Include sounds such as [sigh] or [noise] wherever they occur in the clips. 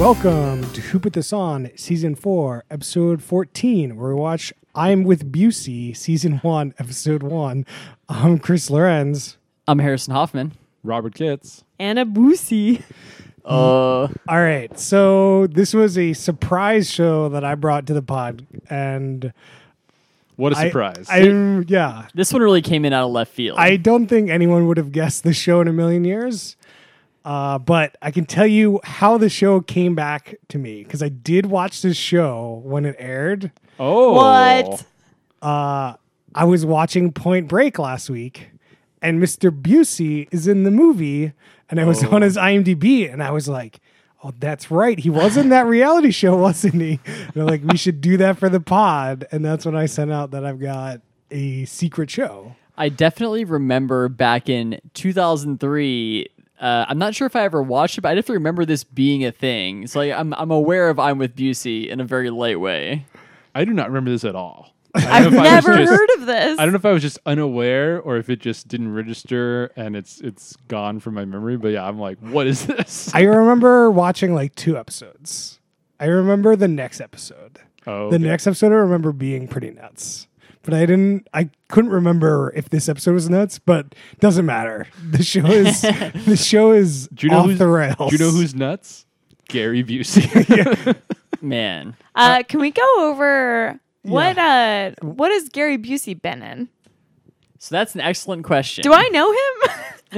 Welcome to Who Put This On, Season 4, Episode 14, where we watch I'm with Busey, Season 1, Episode 1. I'm Chris Lorenz. I'm Harrison Hoffman. Robert Kitts. Anna Boosie. Uh, All right, so this was a surprise show that I brought to the pod, and What a I- surprise. I, yeah, this one really came in out of left field. I don't think anyone would have guessed this show in a million years. Uh, but I can tell you how the show came back to me because I did watch this show when it aired. oh. What? uh, I was watching Point Break last week, and Mr. Busey is in the movie, and I was on his IMDb, and I was like, "Oh, that's right, he was in that reality show, wasn't he?" And I'm like, "We should do that for the pod," and that's when I sent out that I've got a secret show. I definitely remember back in 2003. Uh, I'm not sure if I ever watched it, but I definitely remember this being a thing. So like, I'm I'm aware of I'm with Busey in a very light way. I do not remember this at all. I've never heard of this. I don't know if I was just unaware or if it just didn't register and it's it's gone from my memory. But yeah, I'm like, what is this? I remember watching like two episodes. I remember the next episode. [laughs] oh, The next episode I remember being pretty nuts. But I didn't I couldn't remember if this episode was nuts, but doesn't matter. The show [laughs] is the show is do you know off who's, the rails. Do you know who's nuts? Gary [laughs] Busey. Man, [laughs] uh, can we go over what uh what has Gary Busey been in? so that's an excellent question. Do I know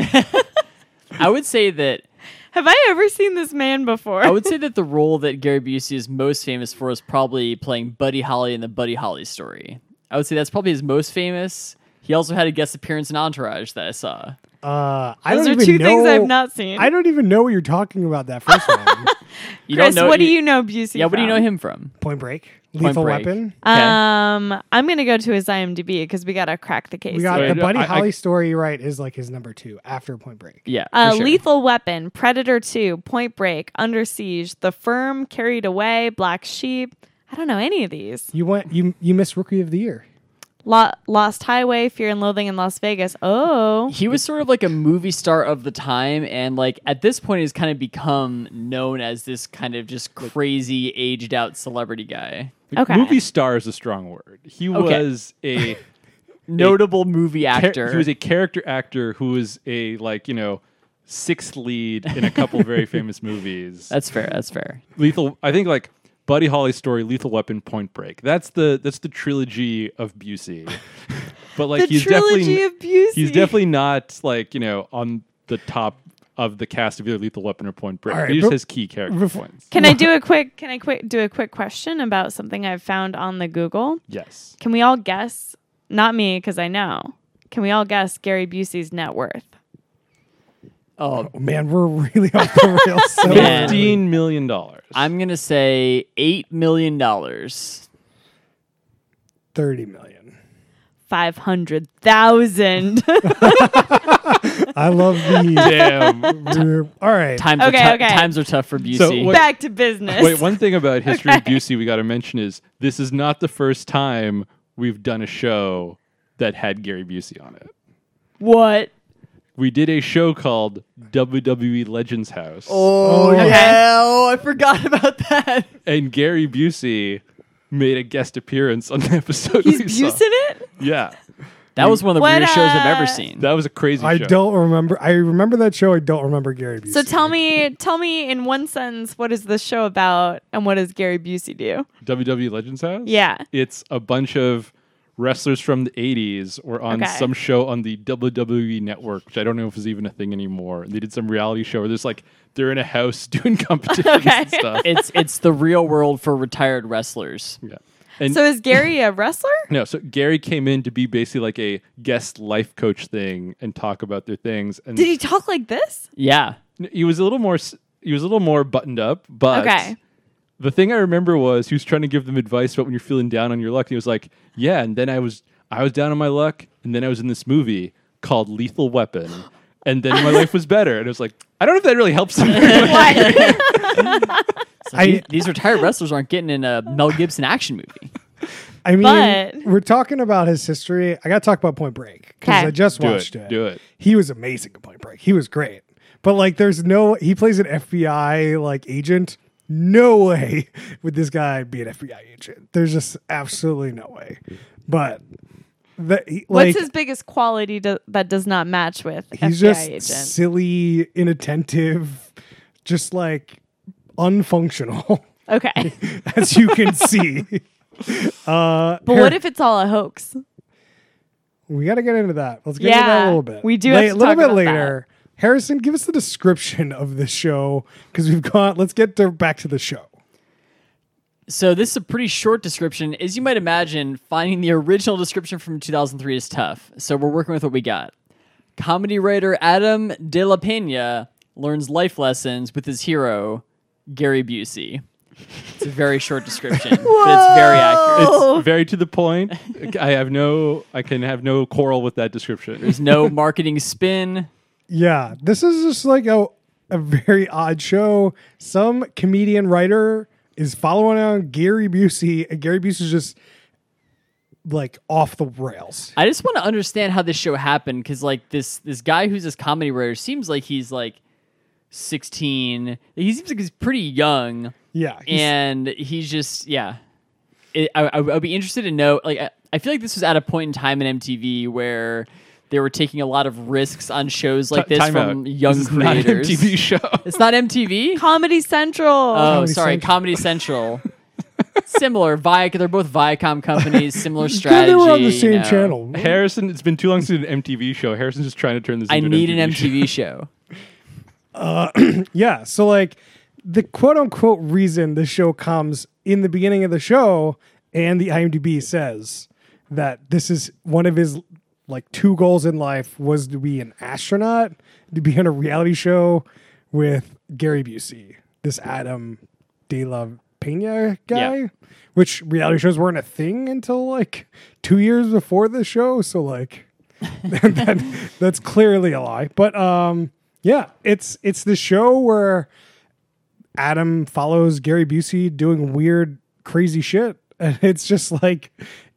him? [laughs] I would say that Have I ever seen this man before? I would say that the role that Gary Busey is most famous for is probably playing Buddy Holly in the Buddy Holly story. I would say that's probably his most famous. He also had a guest appearance in Entourage that I saw. uh I Those don't are even two know, things I've not seen. I don't even know what you're talking about that first [laughs] one. You Chris, don't know what do you know Busey? Yeah, what do you know from? him from? Point break. Point Lethal Break. weapon. Okay. Um, I'm gonna go to his IMDb because we gotta crack the case. We got Wait, the Buddy I- I- Holly story right is like his number two after point break. yeah, for Uh, sure. Lethal Weapon, Predator 2, Point Break, Under Siege, The Firm, Carried Away, Black Sheep. I don't know any of these. You went you you missed Rookie of the Year. Lo- Lost Highway, Fear and Loathing in Las Vegas. Oh, He was sort of like a movie star of the time, and like at this point, he's kind of become known as this kind of just crazy, aged out celebrity guy. [laughs] Okay. Movie star is a strong word. He Okay. was a Notable movie char- actor. He was a character actor who was a like you know sixth lead in a couple [laughs] very famous movies. that's fair. That's fair. Lethal. I think like Buddy Holly's story, Lethal Weapon, Point Break. That's the that's the trilogy of Busey. [laughs] But like the he's trilogy definitely of Busey. he's definitely not like you know on the top of the cast of either Lethal Weapon or Point Break. All right, he just but- has key character before- points. Can I do a quick? Can I quick do a quick question about something I've found on the Google? Yes. Can we all guess? Not me, because I know. Can we all guess Gary Busey's net worth? Oh, Oh man, we're really off the [laughs] rails. So Man. early. Fifteen million dollars. I'm gonna say eight million dollars. thirty million. Five hundred thousand. [laughs] I love the [laughs] damn. we're- all right. Times Okay, are tou- okay. times are tough for Busey. So what- Back to business. Wait, one thing about history of Okay. Busey we got to mention is this is not the first time we've done a show that had Gary Busey on it. what? We did a show called WWE Legends House. oh, yeah. yeah. Oh, I forgot about that. and Gary Busey made a guest appearance on the [laughs] episode. He's we saw. Busey it? Yeah, That was one of the What, weirdest shows I've uh, ever seen. that was a crazy. I show. don't remember. I remember that show. I don't remember Gary Busey. So tell me, tell me in one sentence, what is this show about, and what does Gary Busey do? WWE E Legends House. Yeah. it's a bunch of wrestlers from the '80s were on Okay. some show on the WWE Network, which I don't know if is even a thing anymore. They did some reality show where there's like they're in a house [laughs] doing competitions and [laughs] Okay. stuff. it's it's the real world for retired wrestlers. yeah, and So is Gary a wrestler? No, so Gary came in to be basically like a guest life coach thing and talk about their things. And Did he talk like this? [laughs] Yeah. he was a little more s- he was a little more buttoned up, but Okay. the thing I remember was he was trying to give them advice about when you're feeling down on your luck. And he was like, "Yeah," and then I was I was down on my luck, and then I was in this movie called Lethal Weapon, and then my life was better. And it was like, I don't know if that really helps. him. What? So I- these, these retired wrestlers aren't getting in a Mel Gibson action movie. I mean, But- we're talking about his history. I got to talk about Point Break because Okay. I just Do it. watched it, Do it. He was amazing at Point Break. He was great. But like, there's no. He plays an FBI like agent. no way [laughs] would this guy be an FBI agent. There's just absolutely no way. But the, he, like, What's his biggest quality do- that does not match with he's FBI just agent? silly, inattentive, just like unfunctional, [laughs] Okay, as you can [laughs] see. Uh, but here- what if it's all a hoax? We got to get into that. Let's get into that Yeah, a little bit. we do La- have to a little talk bit about later. Harrison, give us the description of the show because we've got. Let's get to, back to the show. So this is a pretty short description. As you might imagine, finding the original description from 2003 is tough. So we're working with what we got. Comedy writer Adam De La Pena learns life lessons with his hero Gary Busey. It's a very short description, but it's very accurate. It's very to the point. I have no. I can have no quarrel with that description. There's no marketing spin. Yeah, this is just like a a very odd show. Some comedian writer is following on Gary Busey, and Gary Busey's just like off the rails. I just want to understand how this show happened because like this this guy who's this comedy writer seems like he's like 16. He seems like he's pretty young. Yeah, he's- and he's just yeah. It, I, I would be interested to know. Like I, I feel like this was at a point in time in MTV where they were taking a lot of risks on shows like Ti- this time from out. young this is not an creators. MTV show. [laughs] It's not MTV. Comedy Central. Oh, Comedy sorry, Central. Comedy Central. similar, Viacom. They're both Viacom companies. Similar Yeah, strategy. they were on the you same know. channel. Harrison, it's been too long since an MTV show. Harrison's just trying to turn this. I into need an an MTV. show. MTV show. Yeah. So like the quote unquote reason the show comes in the beginning of the show and the IMDb says that this is one of his like two goals in life was to be an astronaut, to be on a reality show with Gary Busey, this Adam De La Pena guy, Yeah. which reality shows weren't a thing until like two years before the show. So like [laughs] that, that's clearly a lie. But um, yeah, it's it's the show where Adam follows Gary Busey doing weird, crazy shit, [laughs] and it's just like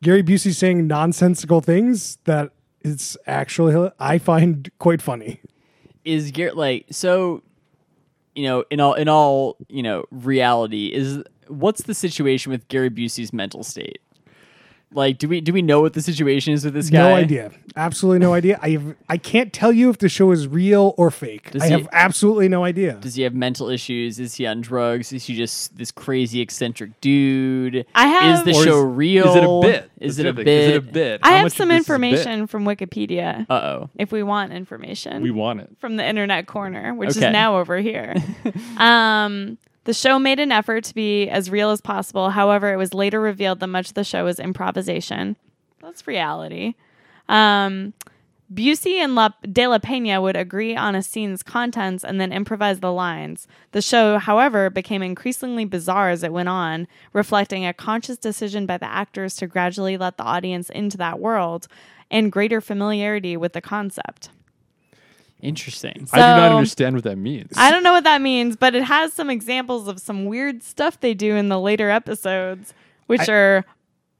Gary Busey saying nonsensical things that it's actually I find quite funny. is Gar like so you know in all in all you know reality is what's the situation with Gary Busey's mental state like do we do we know what the situation is with this guy No idea, absolutely no idea. I have, I can't tell you if the show is real or fake. Does I he- have absolutely no idea. does he have mental issues is he on drugs is he just this crazy eccentric dude I have- is the Or is- show is it real a bit? is it a Specific. Is bit it a bit? I How have much of some this is a bit? Uh, information from Wikipedia uh-oh if we want information. We want it. from the internet corner, which Okay. is now over here. um, the show made an effort to be as real as possible. However, it was later revealed that much of the show was improvisation. That's reality. Um, Busey and La- De La Pena would agree on a scene's contents and then improvise the lines. The show, however, became increasingly bizarre as it went on, reflecting a conscious decision by the actors to gradually let the audience into that world and greater familiarity with the concept. interesting I do not So- understand what that means. I don't know what that means, but it has some examples of some weird stuff they do in the later episodes, which are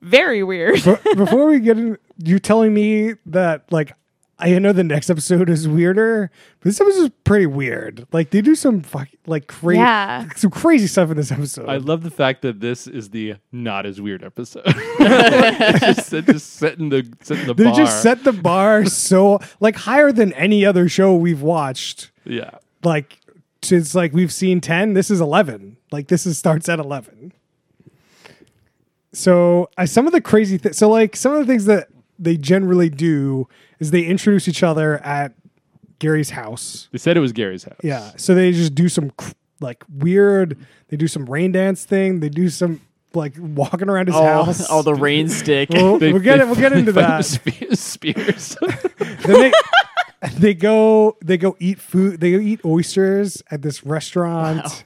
very weird. But before we get in, you telling me that like I know the next episode is weirder, but this episode is pretty weird. Like they do some fuck, like crazy, Yeah. some crazy stuff in this episode. I love the fact that this is the not as weird episode. [laughs] It's just, it's just setting the setting the they bar. just set the bar [laughs] so like higher than any other show we've watched. yeah. Like since like we've seen ten, this is eleven. Like this is starts at eleven. So I some of the crazy things. So like some of the things that they generally do is they introduce each other at Gary's house. They said it was Gary's house. Yeah. So they just do some cr- like weird. They do some rain dance thing. They do some like walking around his all, [laughs] house. all the rain [laughs] stick We'll, They- we'll get they it. We'll get into fight that. with spe- Spears. [laughs] Then they, [laughs] they go. They go eat food. They go eat oysters at this restaurant.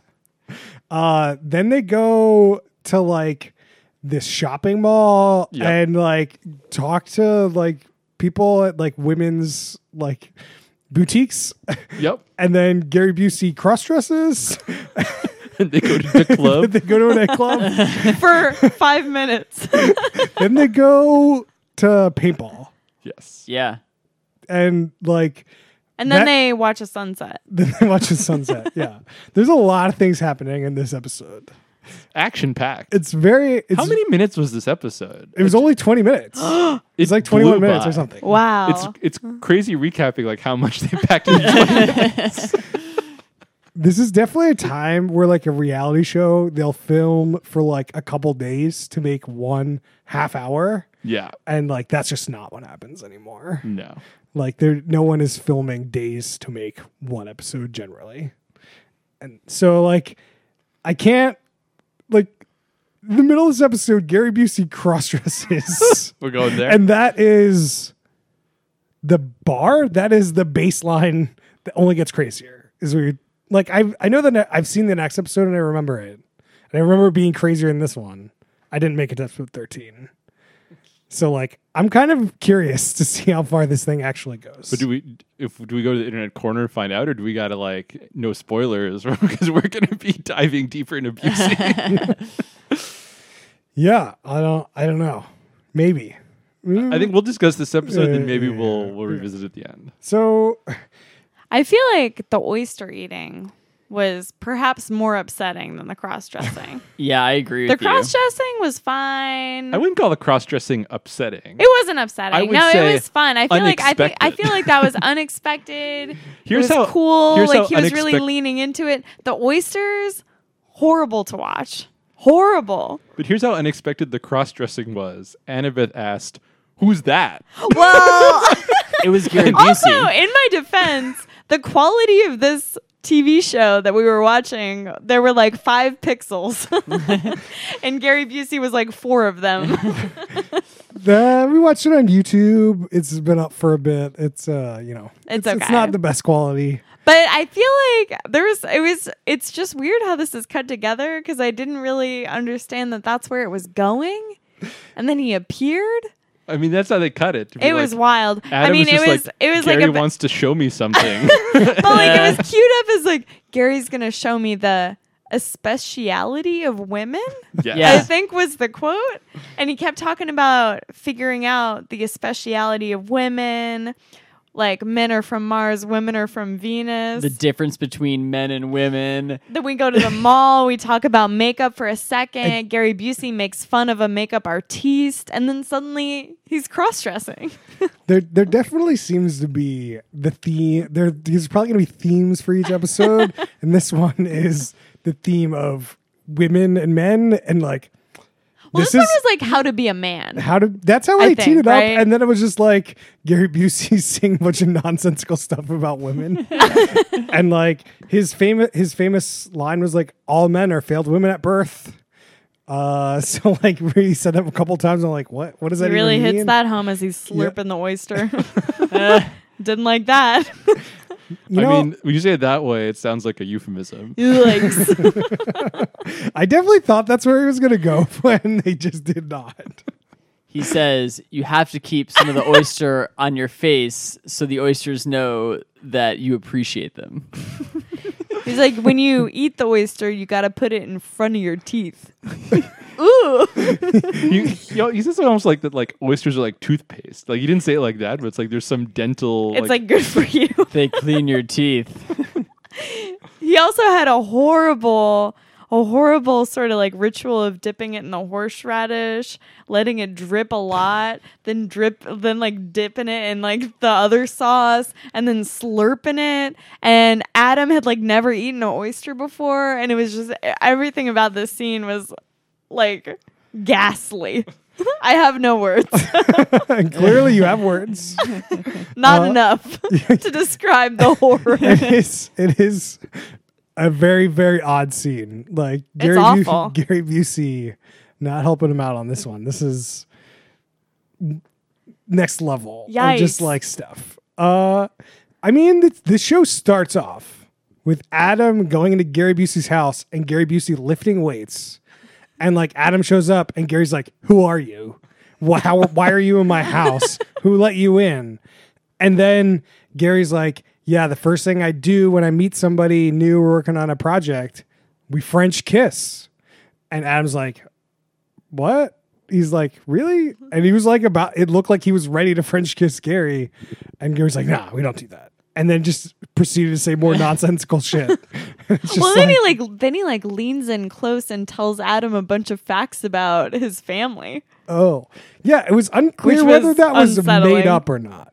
Uh, then they go to like this shopping mall Yep. and like talk to like people at like women's like boutiques. [laughs] yep. And then Gary Busey cross dresses. [laughs] And they go to the club. they go to a nightclub. for five minutes. [laughs] then they go to paintball yes. [laughs] yeah and like [laughs] And then That- they watch a sunset. Then they watch the sunset. yeah. There's a lot of things happening in this episode. Action packed. It's very. It's, How many minutes was this episode? It was only 20 [gasps] minutes. it's like 21 blew minutes by. or something. Wow. Oh. It's it's crazy recapping like how much they [laughs] packed in. This is definitely a time where, like, a reality show, they'll film for like a couple days to make one half hour. yeah. And, like, that's just not what happens anymore. No. Like, there, no one is filming days to make one episode generally. And so, like, I can't, like, in the middle of this episode, Gary Busey cross [laughs] dresses. We're going there. and that is the bar that is the baseline that only gets crazier is we like i i know that ne- i've seen the next episode and i remember it and i remember being crazier in this one i didn't make it to episode 13 so like i'm kind of curious to see how far this thing actually goes but do we if do we go to the internet corner and find out or do we gotta like no spoilers [laughs] because we're gonna be diving deeper into [laughs] Busey. yeah i don't i don't know maybe Mm, I think we'll discuss this episode and then maybe Yeah, we'll we'll revisit at the end. so I feel like the oyster eating was perhaps more upsetting than the cross dressing. Yeah, I agree the with you. cross dressing was fine. I wouldn't call the cross dressing upsetting. it wasn't upsetting. I would no, say it was fun. I feel like I think I unexpected. feel like that was [laughs] unexpected. Here's it was how- cool. here's like how he was really unexpec- leaning into it. The oysters, horrible to watch. Horrible. But here's how unexpected the cross dressing was. Annabeth asked, Who's that? Well, [laughs] It was Gary also Busey. in my defense, the quality of this TV show that we were watching, there were like five [laughs] pixels, [laughs] and Gary Busey was like four [laughs] of them. uh, we watched it on youtube it's been up for a bit it's uh you know It's it's okay. not the best quality But I feel like there was it was it's just weird how this is cut together because I didn't really understand that that's where it was going, and then he appeared. I mean, that's how they cut it. to be It was like, wild. Adam I mean, it just was like, it was Gary like a wants to show me [laughs] something. but like [laughs] it was queued up as like Gary's gonna show me the especiality of women. yeah. Yeah. I think was the quote. And he kept talking about figuring out the especiality of women. Like men are from Mars, women are from Venus. the difference between men and women. then we go [laughs] to the mall, we talk about makeup for a second. Gary Busey makes fun of a makeup artiste, and then suddenly he's cross dressing. There, there definitely seems to be the theme. There, there's probably going to be themes for each [laughs] episode, and this one is the theme of women and men, and like [laughs] Well, this, this, one is was like how to be a man. how to. That's how I I, think, teed it right? up, and then it was just like Gary Busey [laughs] saying a bunch of nonsensical stuff about [laughs] women, and like his famous his famous line was like, "All men are failed women at birth." Uh, [laughs] so like we said that a couple times. I'm like, what? What does He that really even hits mean? that home as he's slurping [laughs] the oyster. [laughs] Didn't like that. You I know, mean, when you say it that way, it sounds like a euphemism. Yikes. I definitely thought that's where he was going to go [laughs] when they just did not. [laughs] He says you have to keep some of the oyster on your face so the oysters know that you appreciate them. He's like, when you eat the oyster, you got to put it in front of your teeth. Ooh. you, you know, he says it almost like that, like oysters are like toothpaste. Like you didn't say it like that, but it's like there's some dental. It's like good for you. They clean your teeth. He also had a horrible, a horrible sort of like ritual of dipping it in the horseradish, letting it drip a lot, then drip, then like dipping it in like the other sauce, and then slurping it. And Adam had like never eaten an oyster before, and it was just everything about this scene was like ghastly. I have no words. [laughs] and clearly, you have words. Not Uh, enough [laughs] to describe the horror. [laughs] It is. It is a very, very odd scene. Like Gary, Bu- awful. [laughs] Gary Busey not helping him out on this one. This is next level. Of just Yikes. like stuff. Uh, I mean, the, the show starts off with Adam going into Gary Busey's house and Gary Busey lifting weights. And like Adam shows up and Gary's like, "Who are you? Why, how, why are you in my house? Who let you in?" And then Gary's like, "Yeah, the first thing I do when I meet somebody new we're working on a project, we French kiss." And Adam's like, "What?" He's like, "Really?" And he was like about it looked like he was ready to French kiss Gary. And Gary's like, "Nah, we don't do that." and then just proceeded to say [laughs] more nonsensical shit. [laughs] It's just well, like, then he like then he like leans in close and tells Adam a bunch of facts about his family. oh, yeah, it was unclear Which whether was that was unsettling. made up or not.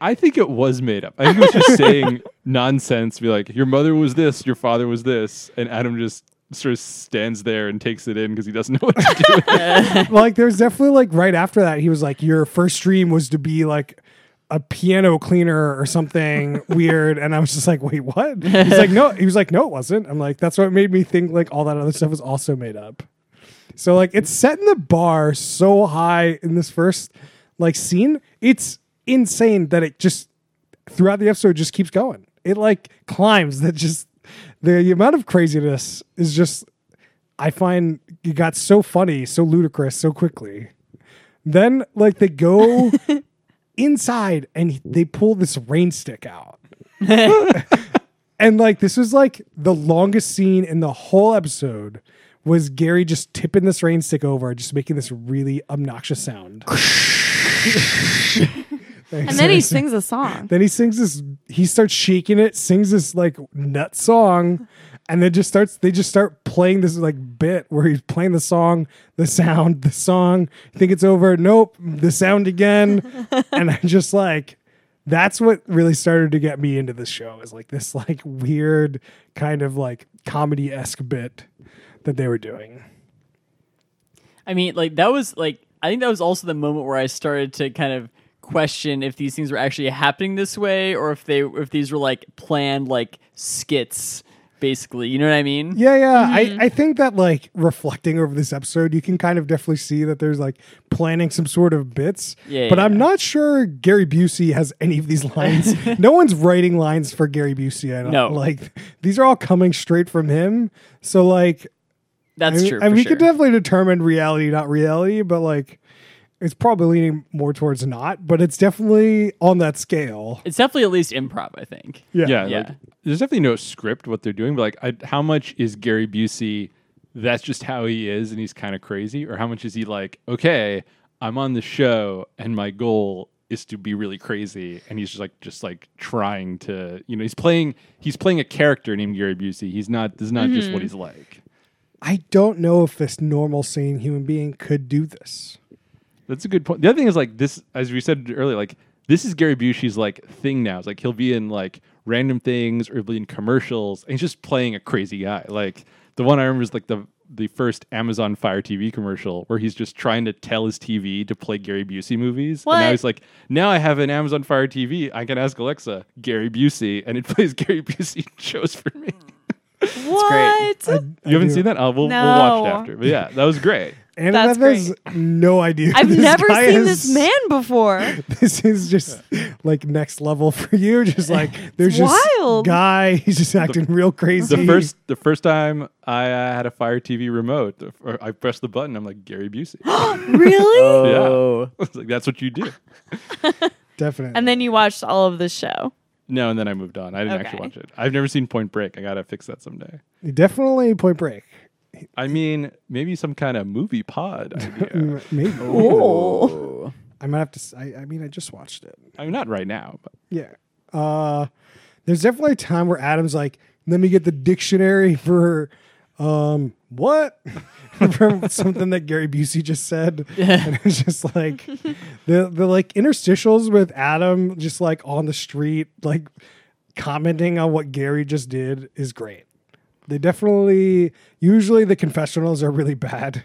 I think it was made up. I think it was just saying [laughs] nonsense. Be like, your mother was this, your father was this, and Adam just sort of stands there and takes it in because he doesn't know what to [laughs] do. like there was definitely like right after that he was like your first dream was to be like a piano cleaner or something weird and i was just like wait what he's like no he was like no it wasn't i'm like that's what made me think like all that other stuff was also made up so like it's setting the bar so high in this first like scene it's insane that it just throughout the episode just keeps going it like climbs that just the amount of craziness is just I find it got so funny, so ludicrous, so quickly. Then like they go inside and he- they pull this rain stick out. and like this was like the longest scene in the whole episode was Gary just tipping this rain stick over, just making this really obnoxious sound. And then he sings a [laughs] song. Then he sings this. He starts shaking it, sings this like nut song, and then just starts. They just start playing this like bit where he's playing the song, the sound, the song. You think it's over? Nope, the sound again. and I'm just like, that's what really started to get me into this show is like this like weird kind of like comedy esque bit that they were doing. I mean, like that was like I think that was also the moment where I started to kind of question if these things were actually happening this way or if they if these were like planned like skits basically. You know what I mean? Yeah, yeah. Mm-hmm. I, I think that like reflecting over this episode, you can kind of definitely see that there's like planning some sort of bits. Yeah, but yeah, I'm yeah. not sure Gary Busey has any of these [laughs] lines. no one's writing lines for Gary Busey. I don't, No. like these are all coming straight from him. So like, That's I mean, true. I mean, for we sure. could definitely determine reality, not reality, but like, it's probably leaning more towards not. But it's definitely on that scale. it's definitely at least improv, I think. Yeah, yeah, Yeah. Like, there's definitely no script what they're doing, but like, I, how much is Gary Busey? That's just how he is, and he's kind of crazy, or how much is he like? Okay, I'm on the show, and my goal is to be really crazy, and he's just like, just like trying to, you know, he's playing, he's playing a character named Gary Busey. He's not, this is not just what he's like. I don't know if this normal sane human being could do this. That's a good point. The other thing is like this, as we said earlier, like this is Gary Busey's like thing now. It's like he'll be in like random things or he'll be in commercials, and he's just playing a crazy guy. Like the one I remember is like the the first Amazon Fire TV commercial where he's just trying to tell his TV to play Gary Busey movies. And now What? he's like, now I have an Amazon Fire TV. I can ask Alexa Gary Busey, and it plays [laughs] Gary Busey shows for me. Hmm. What? I You haven't do. seen that? Oh, we'll, we'll watch No. it after. But yeah, that was great. And That's that has no idea. who [laughs] I've this never guy seen is. this man before. [laughs] This is just like next level for you. Just like there's just Eh, wild. guy. [laughs] He's just acting real crazy. The first, the first time I uh, had a Fire TV remote, the f- I pressed the button. I'm like Gary Busey. [laughs] Oh. really? Oh. Yeah, I was like that's what you do. definitely. And then you watched all of the show. No, and then I moved on. I didn't actually Okay. watch it. I've never seen Point Break. I gotta fix that someday. definitely Point Break. I mean, maybe some kind of movie pod. Idea. M- Maybe Oh. I might have to. s- I, I mean, I just watched it. I'm not right now, but Yeah. Uh, there's definitely a time where Adam's like, "Let me get the dictionary for." Um, what? [laughs] From something that Gary Busey just said. And it's just like the the like interstitials with Adam just like on the street, like commenting on what Gary just did is great. They definitely usually the confessionals are really [laughs] bad,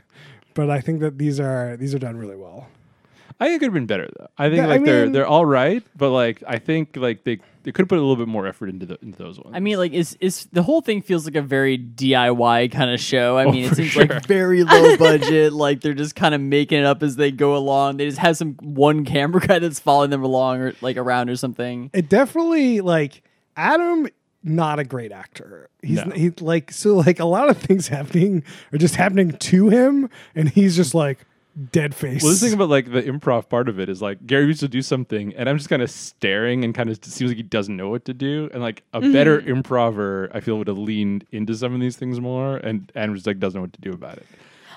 but I think that these are these are done really well. I think it could have been better though. I think Yeah, I like they're mean- they're all right, but like I think like they they could put a little bit more effort into, the, into those ones. I mean, like, is is the whole thing feels like a very DIY kind of show? I mean, it Oh, for seems sure. like very low budget. like they're just kind of making it up as they go along. They just have some one camera [laughs] guy that's following them along or like around or something. it definitely like Adam not a great actor. He's No. he like so like a lot of things happening are just happening to him and he's just like dead face. Well, the thing about like the improv part of it is like Gary used to do something, and I'm just kind of staring and kind of seems like he doesn't know what to do. And like a better improver, I feel would have leaned into some of these things more, and and just like doesn't know what to do about it.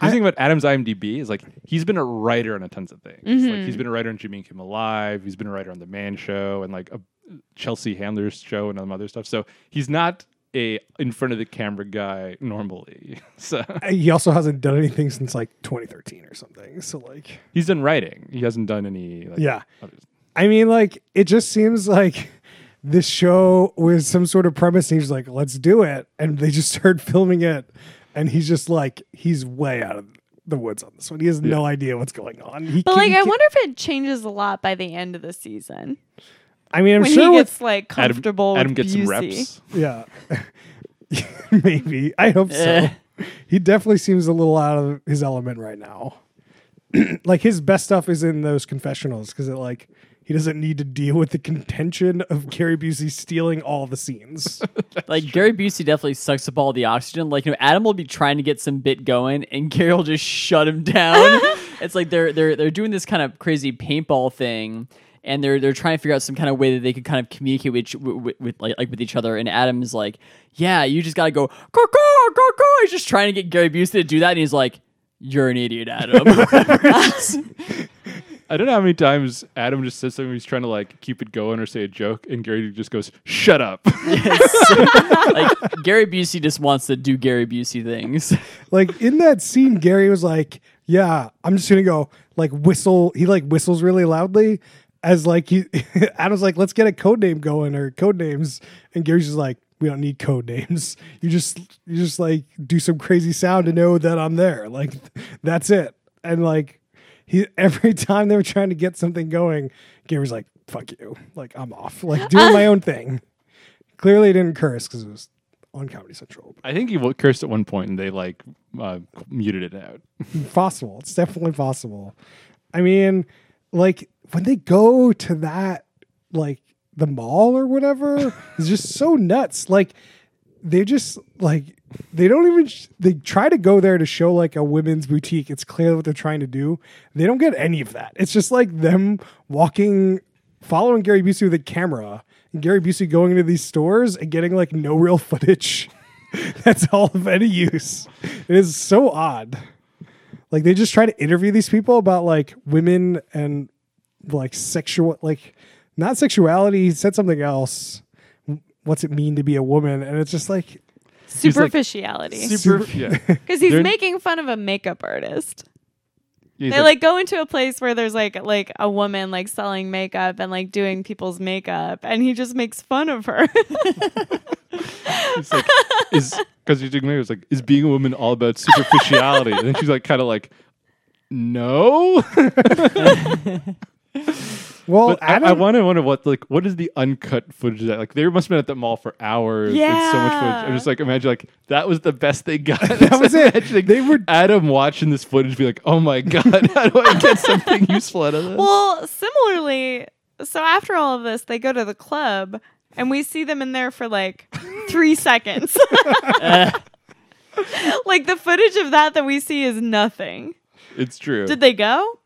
The thing about Adam's IMDb is like he's been a writer on a tons of things. Like he's been a writer on Jimmy Kimmel Live, he's been a writer on The Man Show, and like a Chelsea Handler's show and some other stuff. So he's not a in front of the camera guy normally. [laughs] So [laughs] He also hasn't done anything since like 2013 or something. So like, he's done writing. He hasn't done any. Like, yeah. others. I mean, like, it just seems like this show was some sort of premise. And he's like, let's do it. And they just [laughs] started filming it. And he's just like, he's way out of the woods on this one. He has no idea what's going on. He But can- like, I can- wonder if it changes a lot by the end of the season I mean, I'm when sure he with, gets like Adam, comfortable. Adam with gets some Busey. reps. yeah, [laughs] maybe. I hope so. Eh. He definitely seems a little out of his element right now. [clears throat] like his best stuff is in those confessionals because it like he doesn't need to deal with the contention of Gary Busey stealing all the scenes. Like Gary Busey definitely sucks up all the oxygen. Like you know, Adam will be trying to get some bit going, and [laughs] Gary will just shut him down. it's like they're they're they're doing this kind of crazy paintball thing, and they're they're trying to figure out some kind of way that they could kind of communicate with each- with, with, with, like like with each other. And Adam's like, "Yeah, you just gotta go caw-caw, caw-caw." He's just trying to get Gary Busey to do that, and he's like, "You're an idiot, Adam." [laughs] I don't know how many times Adam just says something. He's trying to like keep it going or say a joke, and Gary just goes, "Shut up." like Gary Busey just wants to do Gary Busey things. [laughs] like in that scene, Gary was like, "Yeah, I'm just gonna go like whistle." He like whistles really loudly as like he. [laughs] Adam's like, "Let's get a code name going or code names," and Gary's just like, "We don't need code names. You just you just like do some crazy sound to know that I'm there. Like that's it." And like he [laughs] every time they were trying to get something going, Gary was like, "Fuck you! Like I'm off. Like doing my own thing." Clearly, it didn't curse because it was on Comedy Central. [laughs] I think he w- cursed at one point, and they like uh, muted it out. possible. It's definitely possible. I mean, like when they go to that, like the mall or whatever, it's just so nuts. Like they just like they don't even sh- they try to go there to show like a women's boutique. It's clear what they're trying to do. They don't get any of that. It's just like them walking, following Gary Busey with a camera. And Gary Busey going into these stores and getting like no real footage. [laughs] That's all of any use. It is so odd like they just try to interview these people about like women and like sexual like not sexuality he said something else what's it mean to be a woman and it's just like Superficiality, Super, [laughs] yeah. because he's they're- making fun of a makeup artist. He's they like go into a place where there's like like a woman like selling makeup and like doing people's makeup, and he just makes fun of her. [laughs] It's like, is because you're doing it was like, is being a woman all about superficiality? and then she's like, kind of like, no. [laughs] well But I, Adam, I want to wonder what like what is the uncut footage of that? Like they must have been at the mall for hours. And so much footage. I'm Yeah. just like imagine like that was the best [laughs] they got. that was it they were Adam watching this footage be like, oh [laughs] my god, [laughs] how do I get something useful out of this? Well, similarly, so after all of this, they go to the club and we see them in there for like three seconds. [laughs] like the footage of that that we see is nothing. it's true. Did they go?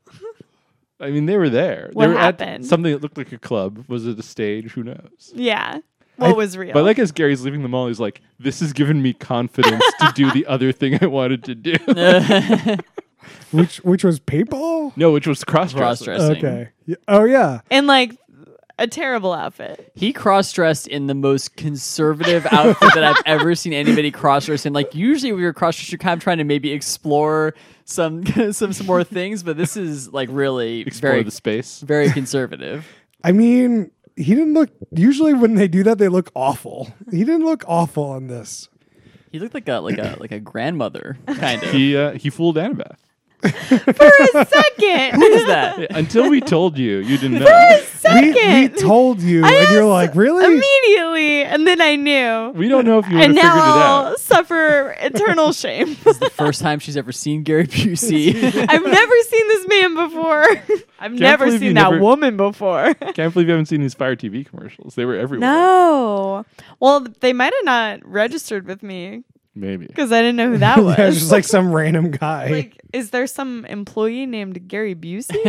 I mean, they were there. What they were At happened? something that looked like a club. Was it a stage? Who knows? Yeah. What was real? But like as Gary's leaving the mall, he's like, "This has given me confidence to do [laughs] the other thing I wanted to do." [laughs] which which was paintball no, which was cross Cross dress. dressing. okay Yeah. oh yeah in like a [laughs] terrible outfit. He cross dressed in the most conservative [laughs] outfit that I've ever seen anybody cross dress in. Like usually when you're cross dressed, you're kind of trying to maybe explore some [laughs] some some more things, but this is like really Explore very the space. very conservative. i mean he didn't look usually when they do that they look awful he didn't look awful on this He looked like a like a like a grandmother kind [laughs] of. He uh, he fooled Annabeth. Who Second. is that? Until we told you, you didn't know. we, we Second. told you and you're like really Immediately. And then I knew. We don't know if you would have and figured it now I'll out. [laughs] suffer eternal shame. The first time she's ever seen Gary [laughs] Busey. [laughs] I've never seen this man before. I've never believe you seen that never- [laughs] woman before. Can't believe you haven't seen these Fire TV commercials. They were everywhere. No. Well, th- they might have not registered with me Maybe. because I didn't [laughs] know who that yeah, it was [laughs] was. just like some random guy like, is there some employee named [laughs] Gary Busey?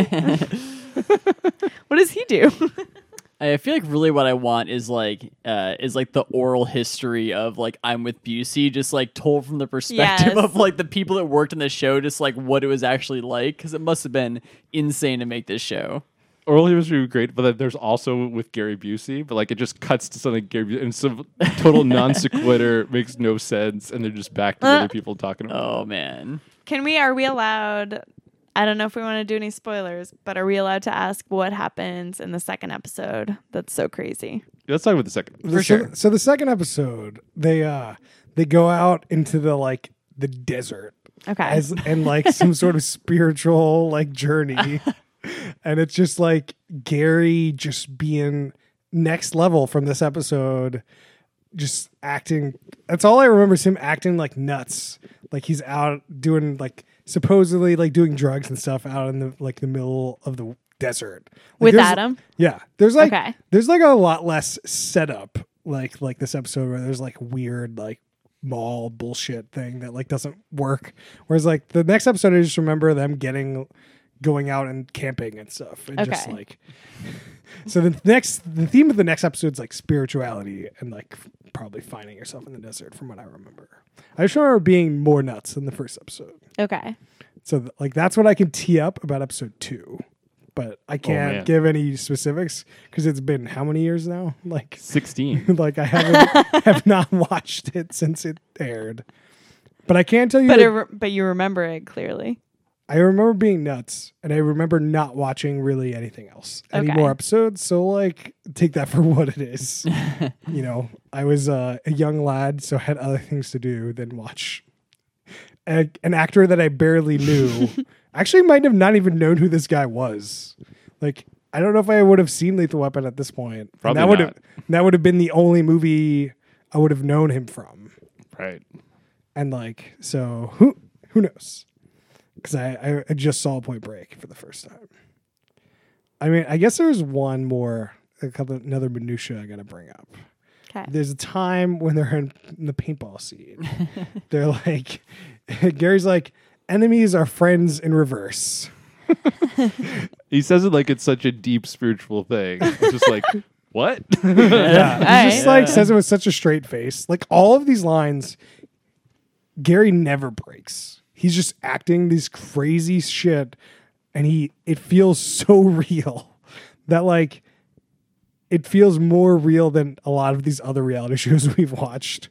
[laughs] what does he do? [laughs] I feel like really what I want is like uh is like the oral history of like I'm with Busey, just like told from the perspective Yes. of like the people that worked on the show, just like what it was actually like, because it must have been insane to make this show. oral histories would be great, but then there's also with Gary Busey, but like it just cuts to something Gary Busey, and some total non sequitur makes no sense, and they're just back to the Uh. other people talking about. Oh man. Can we? Are we allowed? I don't know if we want to do any spoilers, but are we allowed to ask what happens in the second episode? That's so crazy. Let's talk about the second. For sure. So, so the second episode, they uh they go out into the like the desert Okay. as and like some sort of spiritual like journey. and it's just like Gary just being next level from this episode just acting that's all I remember is him acting like nuts. Like he's out doing like supposedly like doing drugs and stuff out in the like the middle of the desert. Like, With there's- Adam? Yeah. There's like Okay. there's like a lot less setup like like this episode where there's like weird like mall bullshit thing that like doesn't work. Whereas like the next episode I just remember them getting going out and camping and stuff. And just Okay. like [laughs] so the next the theme of the next episode is like spirituality and like f- probably finding yourself in the desert from what I remember. I just remember being more nuts than the first episode. okay. So th- like that's what I can tee up about episode 2. But I can't man. give any specifics cuz it's been how many years now? [laughs] Like [laughs] 16. like I haven't [laughs] have not watched it since it aired. But I can tell you But that it, re- but you remember it clearly. I remember being nuts and I remember not watching really anything else. Any Okay. more episodes. So like take that for [laughs] what it is. you know, I was uh, a young lad so had other things to do than watch a, an actor that I barely knew. Actually might have not even known who this guy was. Like I don't know if I would have seen Lethal Weapon at this point. And Probably that would not. have that would have been the only movie I would have known him from Right. and like so who who knows because I, I i just saw point break for the first time i mean i guess there's one more a couple another minutia i gotta bring up Okay. there's a time when they're in, in the paintball scene they're like [laughs] gary's like enemies are friends in reverse He says it like it's such a deep spiritual thing. It's just like, what? yeah he just All right. like says it with such a straight face like all of these lines gary never breaks he's just acting this crazy shit and he it feels so [laughs] real that like it feels more real than a lot of these other reality [laughs] shows we've watched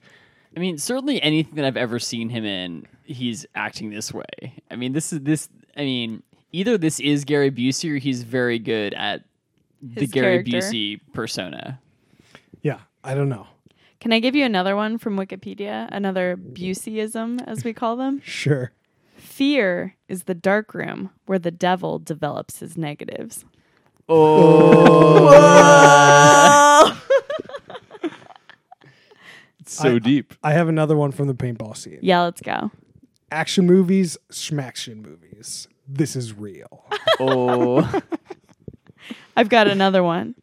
I mean, certainly anything that I've ever seen him in, he's acting this way. I mean, this is this. I mean, either this is Gary Busey or he's very good at the His Gary character. Busey persona. yeah i don't know Can I give you another one from Wikipedia? Another Buseyism, as we call them. sure Fear is the dark room where the devil develops his negatives. It's so I- deep. i have another one from the paintball scene Yeah, let's go. action movies schmaction movies this is real Oh, I've got another one.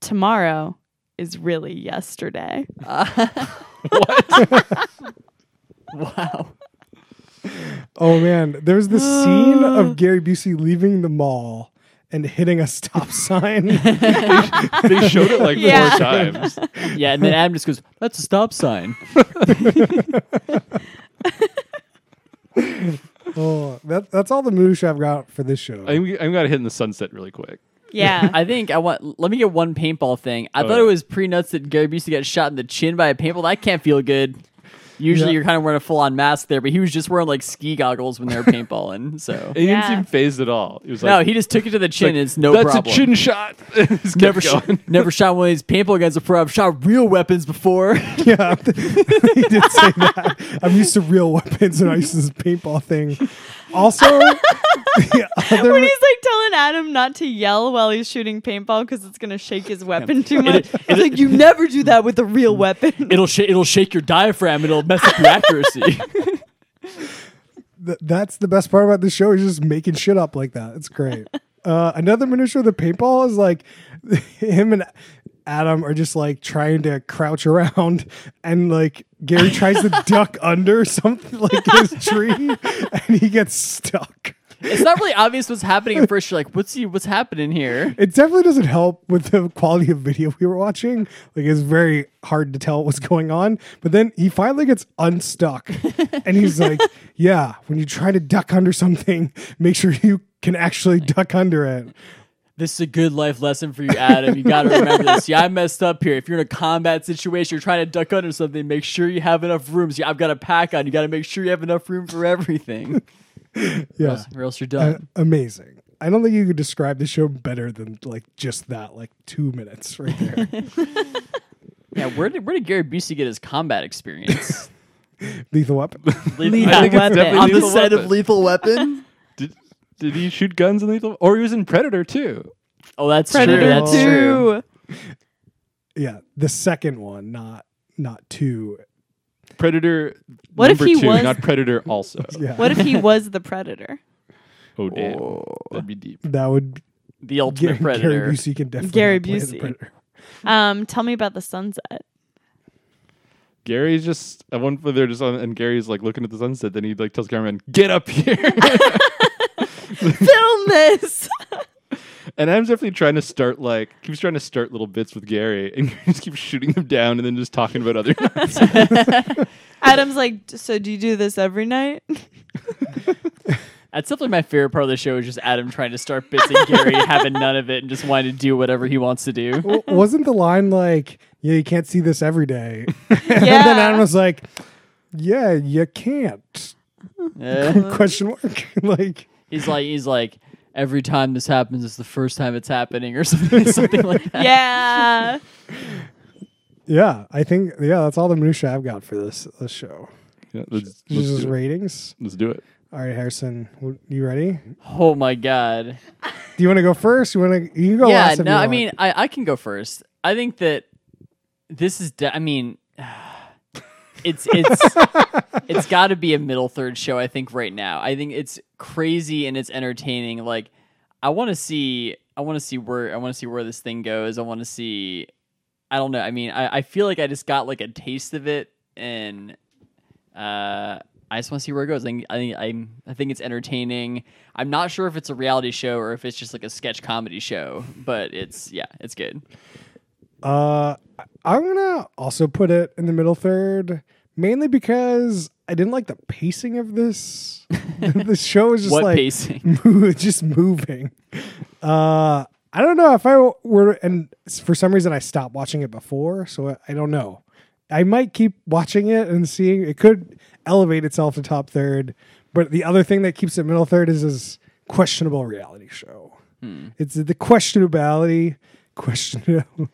Tomorrow is really [laughs] yesterday. wow. Oh man, there's this scene of Gary Busey leaving the mall and hitting a stop sign. [laughs] They showed it like Yeah. four times. Yeah, and then Adam just goes, "That's a stop sign." oh, that, that's all the moves I've got for this show. [laughs] I think we- I think we got to hit in the sunset really quick. Yeah. I think I want. Let me get one paintball thing. I thought yeah. it was pretty nuts that Gary Busey got shot in the chin by a paintball. That can't feel good. Usually, Yeah. you're kind of wearing a full-on mask there, but he was just wearing like ski goggles when they were paintballing. [laughs] So And he Yeah. didn't seem phased at all. He was like, no, he just took it to the chin. and it's no That's problem. a chin shot. [laughs] Just kept never, going. sh- never shot one of these paintball guns before. I've shot real weapons before. yeah, he did say that. I'm used to real weapons and I'm used to this paintball thing. Also, the other, [laughs] when he's like telling Adam not to yell while he's shooting paintball because it's gonna shake his weapon too much. It's like you never do that with a real [laughs] weapon. [laughs] it'll sh- it'll shake your diaphragm. It'll mess up your accuracy. th- that's the best part about this show is just making shit up like that. It's great. Uh, another miniature of the paintball is like [laughs] him and Adam are just like trying to crouch around, [laughs] and like Gary tries to duck under something like his tree, and he gets stuck. [laughs] it's not really obvious what's happening at first. You're like, what's he, what's happening here? It definitely doesn't help with the quality of video we were watching. Like it's very hard to tell what's going on. But then he finally gets unstuck, and he's like, "Yeah, when you try to duck under something, make sure you can actually duck under it." This is a good life lesson for you, Adam. You got to remember this. Yeah, I messed up here. If you're in a combat situation, you're trying to duck under something, make sure you have enough rooms. Yeah, I've got a pack on. You got to make sure you have enough room for everything, Yeah. [laughs] or else Uh, you're done. amazing. I don't think you could describe the show better than like just that, like two minutes right there. [laughs] yeah, where did where did Gary Busey get his combat experience? [laughs] Lethal Weapon. Lethal- I think it's Weapon. definitely on the Lethal set of Weapon. Lethal Weapon. Did, did he shoot guns in Lethal? Or he was in Predator too. [laughs] Oh, that's Predator true. That's two. true. yeah, the second one, not not two. Predator. What if number he two, was- not Predator? [laughs] Also. Yeah, What if he was the predator? Oh damn, that'd be deep. that would The ultimate Gary, predator. Gary Busey can definitely Gary play the Busey. Predator. Um, tell me about [laughs] the sunset. Gary's just at one point they're just on, and Gary's like looking at the sunset. Then he like tells cameraman, "Get up here." [laughs] Film this. [laughs] And Adam's definitely trying to start like keeps trying to start little bits with Gary, [laughs] and Gary just keeps shooting them down, and then just talking about [laughs] other. Adam's like, so do you do this every [laughs] night? That's definitely my favorite part of the show is just Adam trying to start bits and [laughs] Gary having none of it and just wanting to do whatever he wants to do. [laughs] W- Wasn't the line like, "Yeah, you can't see this every day," and then Yeah. Adam was like, "Yeah, you can't." Eh. Question mark. [laughs] like, he's like he's like every time this happens it's the first time it's happening or [laughs] something something like [laughs] that. [laughs] yeah. [laughs] yeah, I think yeah, that's all the minutia I've got for this this show. [laughs] yeah, let's, This let's is do it. ratings. Let's do it. All right, Harrison, w- you ready? Oh my god. Do you want to go first? You want to? You can go yeah, last. if no, you I want. mean I, I can go first. I think that this is de- I mean [sighs] it's it's [laughs] it's got to be a middle third show I think right now. I think it's crazy and it's entertaining like I want to see I want to see where I want to see where this thing goes. I want to see I don't know. I mean, I, I feel like I just got like a taste of it, and uh, I just want to see where it goes. I think I think I'm, I think it's entertaining. I'm not sure if it's a reality show or if it's just like a sketch comedy show, but it's yeah, it's good. Uh, I'm gonna also put it in the middle third, mainly because I didn't like the pacing of [laughs] this. [laughs] the show is just what like [laughs] pacing? move, [laughs] just moving. Uh, I don't know if I were, and for some reason I stopped watching it before, so I don't know. I might keep watching it and seeing it could elevate itself to top third, but the other thing that keeps it middle third is this questionable reality show. Hmm. It's the questionability, questionable.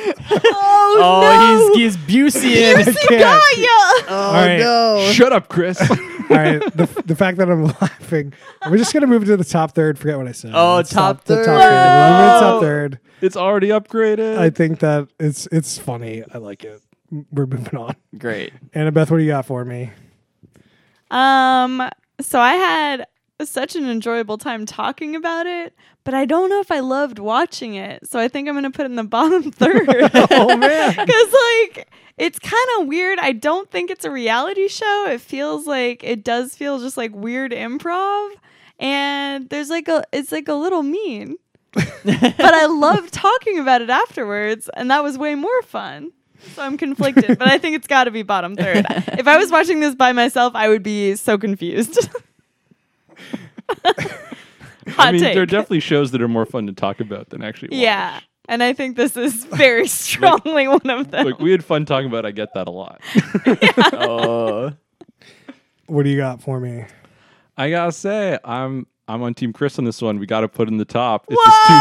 Oh, Oh, he's he's Busey. in. [laughs] All right, Oh. Shut up, Chris. [laughs] all right. The, the fact that I'm [laughs] laughing, we're just gonna move to the top third. Forget what I said. Oh, Let's top the third. top third. We're moving to top third. it's already upgraded. I think that it's it's funny. I like it. We're moving on. [laughs] Great. Annabeth, what do you got for me? Um, so I had such an enjoyable time talking about it, but I don't know if I loved watching it. So I think I'm gonna put it in [laughs] the bottom third. Oh man. Because like it's kind of weird. I don't think it's a reality show. It feels like it does feel just like weird improv. And there's like a it's like a little mean. but I love talking about it afterwards, and that was way more fun. So I'm conflicted, but I think it's got to be bottom third. if I was watching this by myself, I would be so confused. [laughs] Hot I mean, take. there are definitely shows that are more fun to talk about than actually. watch. yeah, and I think this is very [laughs] strongly one of them. Like we had fun talking about. it. I get that a lot. Oh, What do you got for me? I gotta say, I'm I'm on Team Chris on this one. We gotta put in the top. It's just too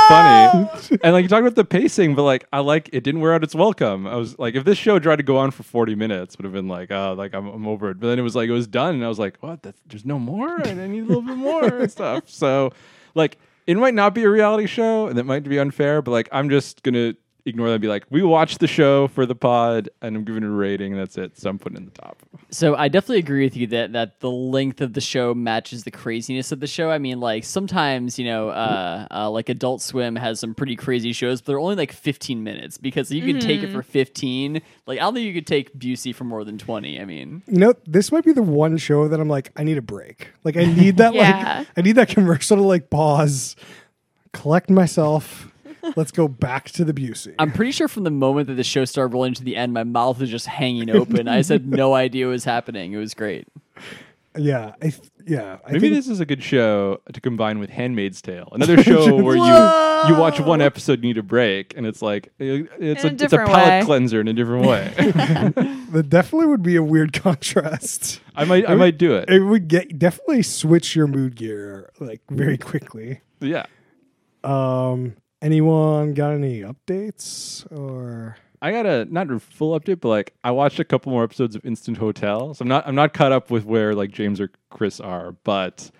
funny. and like you talk about the pacing, but like I like it didn't wear out its welcome. I was like, if this show tried to go on for 40 minutes, would have been like, oh, like I'm, I'm over it. But then it was like it was done, and I was like, what? That's, there's no more, and I need a little bit more and stuff. [laughs] So, like, it might not be a reality show, and that might be unfair. But like, I'm just gonna ignore that. and Be like, we watched the show for the pod, and I'm giving it a rating. and That's it. So I'm putting it in the top. So I definitely agree with you that that the length of the show matches the craziness of the show. I mean, like sometimes you know, uh, uh, like Adult Swim has some pretty crazy shows, but they're only like fifteen minutes because you can take it for fifteen. Like I don't think you could take Busey for more than twenty. I mean, You know, this might be the one show that I'm like, I need a break. Like I need that Yeah. like I need that commercial to like pause, collect myself. Let's go back to the Busey. I'm pretty sure from the moment that the show started rolling to the end, [laughs] my mouth was just hanging open. I just had no idea what was happening. It was great. yeah. I th- yeah. I Maybe think- this is a good show to combine with Handmaid's Tale, another show where you you watch one episode, you need a break, and it's like it- it's In a a, it's a different palate way. cleanser in a different way. that definitely would be a weird [laughs] contrast. I might I might do it. It would get definitely switch your mood gear like very quickly. Yeah, Um, anyone got any updates or? I got a not a full update, but like I watched a couple more episodes of Instant Hotel, so I'm not I'm not caught up with where like James or Chris are, but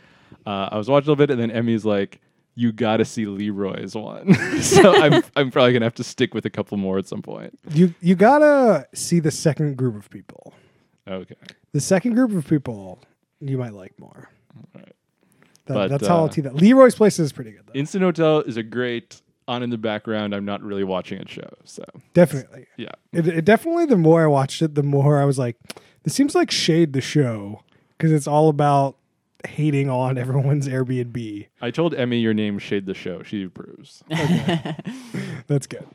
uh, I was watching a little bit, and then Emmy's like. You gotta see Leroy's one, [laughs] so I'm I'm probably gonna have to stick with a couple more at some point. You you gotta see the second group of people. Okay, The second group of people you might like more. That- But, that's how I'll uh, tee that. Leroy's Place is pretty good though. Instant Hotel is a great on in the background. I'm not really watching it show, so definitely. yeah. It, it definitely the more I watched it, the more I was like, this seems like shade the show because it's all about hating on [laughs] everyone's Airbnb. I told Emmy your name shade the show. She approves. That's good.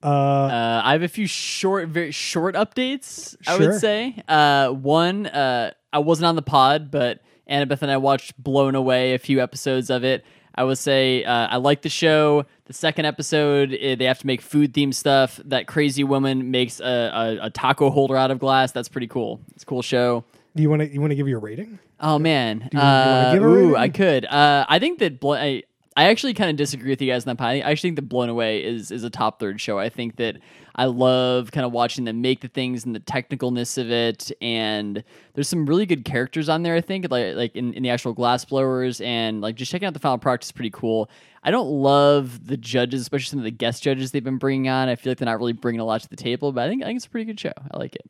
Uh, Uh, I have a few short, very short updates. I Sure. would say uh, one. Uh, I wasn't on the pod, but Annabeth and I watched Blown Away a few episodes of it. I would say uh, I like the show. The second episode, eh, they have to make food themed stuff. That crazy woman makes a, a, a taco holder out of glass. That's pretty cool. It's a cool show. do you want to you want to give your rating? Oh man, you wanna uh, give a ooh, rating? I could. Uh, I think that blo- I, I actually kind of disagree with you guys on that. Pie. I actually think that Blown Away is is a top third show. I think that I love kind of watching them make the things and the technicalness of it. And there's some really good characters on there. I think like like in, in the actual glass blowers and like just checking out the final product is pretty cool. I don't love the judges, especially some of the guest judges they've been bringing on. I feel like they're not really bringing a lot to the table, but I think I think it's a pretty good show. I like it.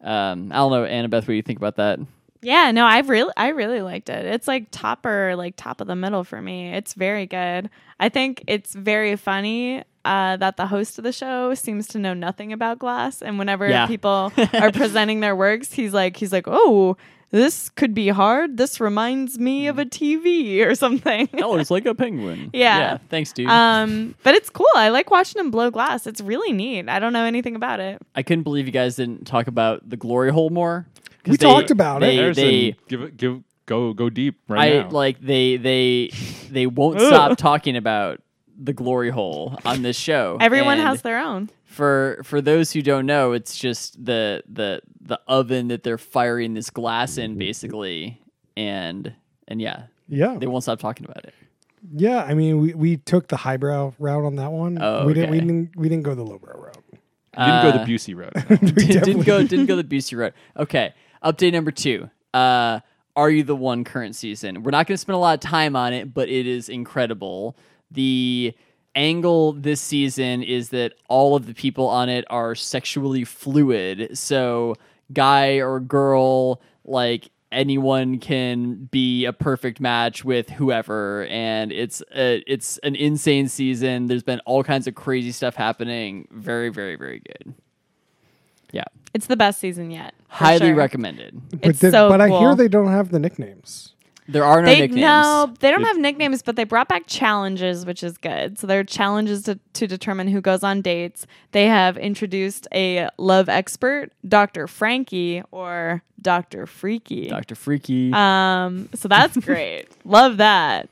Um, I don't know, Annabeth, what do you think about that? Yeah, no, I've really I really liked it. It's like topper, like top of the middle for me. It's very good. I think it's very funny uh, that the host of the show seems to know nothing about glass, and whenever Yeah. [laughs] people are presenting their works, he's like he's like, oh, this could be hard. This reminds me of a TV [laughs] or something. that looks Oh, like a penguin. Yeah. thanks, dude. um, but it's cool. I like watching him blow glass. It's really neat. I don't know anything about it. I couldn't believe you guys didn't talk about the glory hole more. 'Cause We talked about it. they- Harrison, they- give it, give, go, go deep right I now. like they they they won't stop talking about the glory hole on this show. Everyone And has their own. for for those who don't know, it's just the the the oven that they're firing this glass Mm-hmm. in, basically, and and yeah, Yeah, they won't stop talking about it. yeah. I mean, we, we took the highbrow route on that one. Oh, we didn't we okay. didn't we didn't go the lowbrow route. [laughs] You didn't go the uh, Busey road. We [laughs] didn't, didn't definitely- go didn't go the Busey road. Okay. Update number two. Uh are you the one current season? We're not gonna spend a lot of time on it, but it is incredible. The angle this season is that all of the people on it are sexually fluid. So guy or girl, like anyone can be a perfect match with whoever and it's a, it's an insane season there's been all kinds of crazy stuff happening very very very good yeah It's the best season yet. for highly sure. recommended. It's the- so but I hear cool. they don't have the nicknames. There are no they nicknames. no, they don't It- have nicknames, but they brought back challenges, which is good. So there are challenges to, to determine who goes on dates. They have introduced a love expert, Dr. Frankie or Dr. Freaky. Dr. Freaky. Um, so [laughs] that's great. Love that.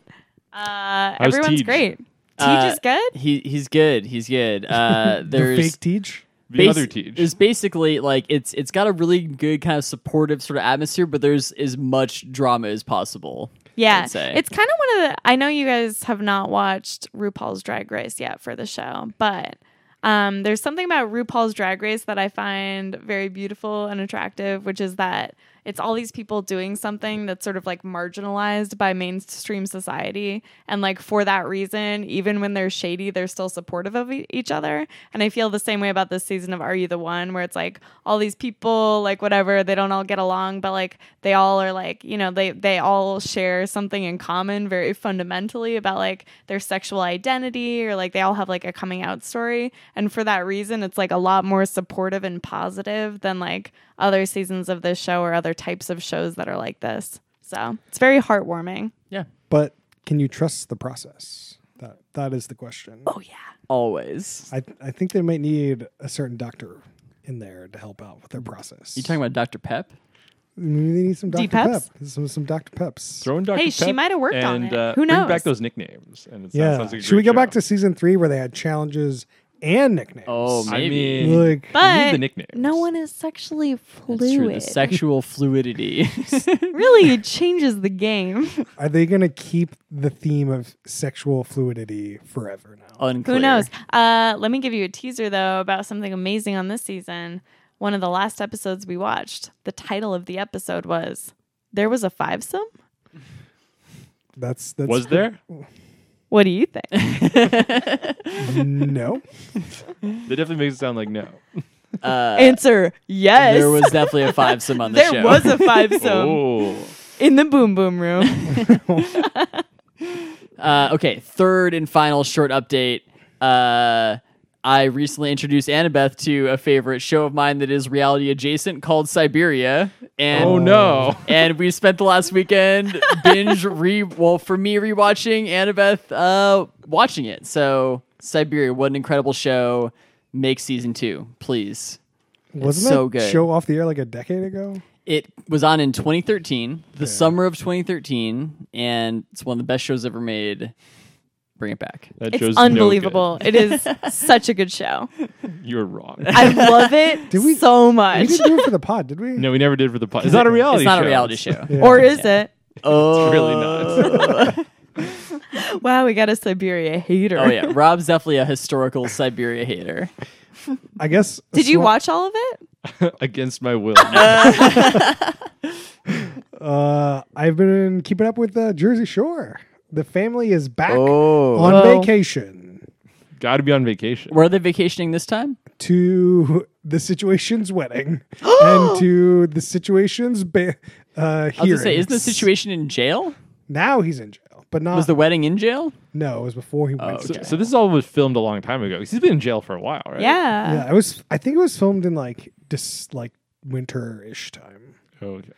Uh, was everyone's Tej? great. Uh, Teach is good. he he's good. He's good. [laughs] Uh The there's fake Teach. the basi- other teach. There's basically like it's it's got a really good kind of supportive sort of atmosphere, but there's as much drama as possible. Yeah. I'd say. It's kind of one of the I know you guys have not watched RuPaul's Drag Race yet for the show, but um, there's something about RuPaul's Drag Race that I find very beautiful and attractive, which is that it's all these people doing something that's sort of like marginalized by mainstream society. And like for that reason, even when they're shady, they're still supportive of e- each other. And I feel the same way about this season of Are You the One, where it's like all these people, like whatever, they don't all get along, but like they all are like, you know, they, they all share something in common very fundamentally about like their sexual identity or like they all have like a coming out story. And for that reason, it's like a lot more supportive and positive than like other seasons of this show or other types of shows that are like this. So it's very heartwarming. yeah. But can you trust the process? That that is the question. Oh, yeah. Always. I I think they might need a certain doctor in there to help out with their process. You talking about Dr. Pep? Maybe they need some Dr. Deep Pep. Peps? Some, some Dr. Peps. Throw in Dr. Hey, she Pep might have worked on and, it. Uh, Who Bring knows? back those nicknames. And it yeah. sounds like a Should we great go back show. to season three where they had challenges and nicknames? Oh, I maybe. mean, like But the nicknames. no one is sexually fluid. That's true. The sexual [laughs] fluidity. [laughs] really changes the game. [laughs] Are they going to keep the theme of sexual fluidity forever now? Unclear. Who knows? Uh, let me give you a teaser though about something amazing on this season. One of the last episodes we watched, the title of the episode was "There was a fivesome." That's that's [laughs] was there? What do you think? [laughs] no. That definitely makes it sound like no. Uh, Answer: Yes. [laughs] There was definitely a fivesome on the There show. was a fivesome oh, in the boom boom room. Uh, okay, third and final short update. Uh, I recently introduced Annabeth to a favorite show of mine that is reality adjacent called Siberia. And oh no! [laughs] and we spent the last weekend binge re well for me rewatching Annabeth uh watching it. So Siberia, what an incredible show. Make season two, please. Wasn't so that good. show off the air like a decade ago? It was on in 2013, the summer of 2013, and it's one of the best shows ever made. Bring it back. That show's It's no good. unbelievable. it is such a good show. You're wrong. I love it Did we- so We much. [laughs] didn't do it for the pod, did we? no, we never did for the pod. It's not a reality. It's not show. a [laughs] reality [laughs] show. Yeah. Or is it? [laughs] Oh, Really not. [laughs] Wow, we got a Siberia hater. oh yeah, Rob's definitely a historical Siberia hater. I guess. a Did you small- watch all of it? Against my will. Uh, I've been keeping up with uh, Jersey Shore. The family is back Oh. on Well- vacation Got to be on vacation. Were they vacationing this time? to the Situation's [gasps] wedding and to the Situation's ba- uh, I was gonna say, hearings. isn't the situation in jail? now he's in jail, but not Was the Oh, wedding in jail? no. It was before he went. to So, jail. so this all was filmed a long time ago. 'cause He's been in jail for a while, right? Yeah. Yeah, it was. I think it was filmed in like dis like winter-ish time. Okay.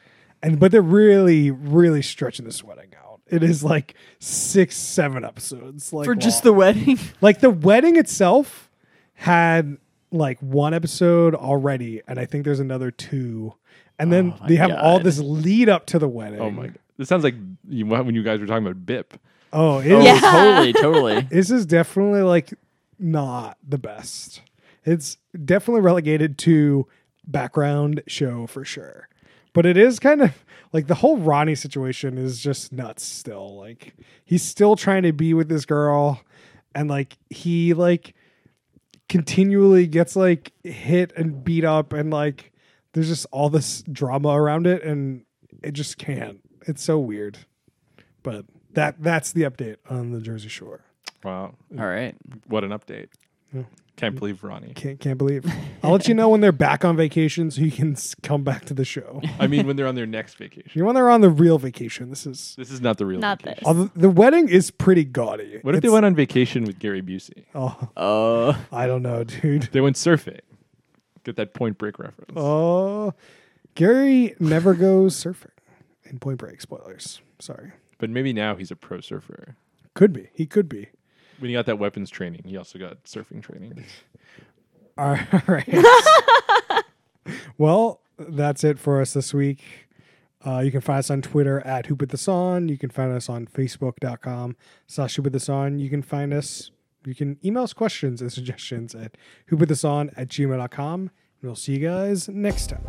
and but they're really really stretching this wedding out it is like six seven episodes like For just long. the wedding? like the wedding itself had like one episode already and i think there's another two and then Oh my they have all God. this lead up to the wedding Oh my. God. This sounds like you, when you guys were talking about BIP. oh it Oh, is- Yeah. totally, totally. [laughs] this is definitely like not the best it's definitely relegated to background show for sure but it is kind of like the whole ronnie situation is just nuts still like he's still trying to be with this girl and like he like continually gets like hit and beat up and like there's just all this drama around it and it just can't it's so weird but that that's the update on the jersey shore Wow. All right. What an update. Can't believe [laughs] Ronnie. Can't can't believe. I'll let you know when they're back on vacation so you can s- come back to the [laughs] show. I mean, when they're on their next vacation. You when they're on the real vacation. This is This is not the real Not vacation. this. although the wedding is pretty gaudy. What if they It's- went on vacation with Gary Busey? Oh, Oh, I don't know, dude. They went surfing. Get that Point Break reference. Oh, Gary never goes surfing in Point Break. Spoilers. Sorry. But maybe now he's a pro surfer. Could be. He could be. When he got that weapons training, he also got surfing training. All right. [laughs] well, that's it for us this week. Uh, you can find us on Twitter at Who Put This On. You can find us on Facebook.com slash Who Put This On. You can find us, you can email us questions and suggestions at Who Put This On at gmail.com. And we'll see you guys next time.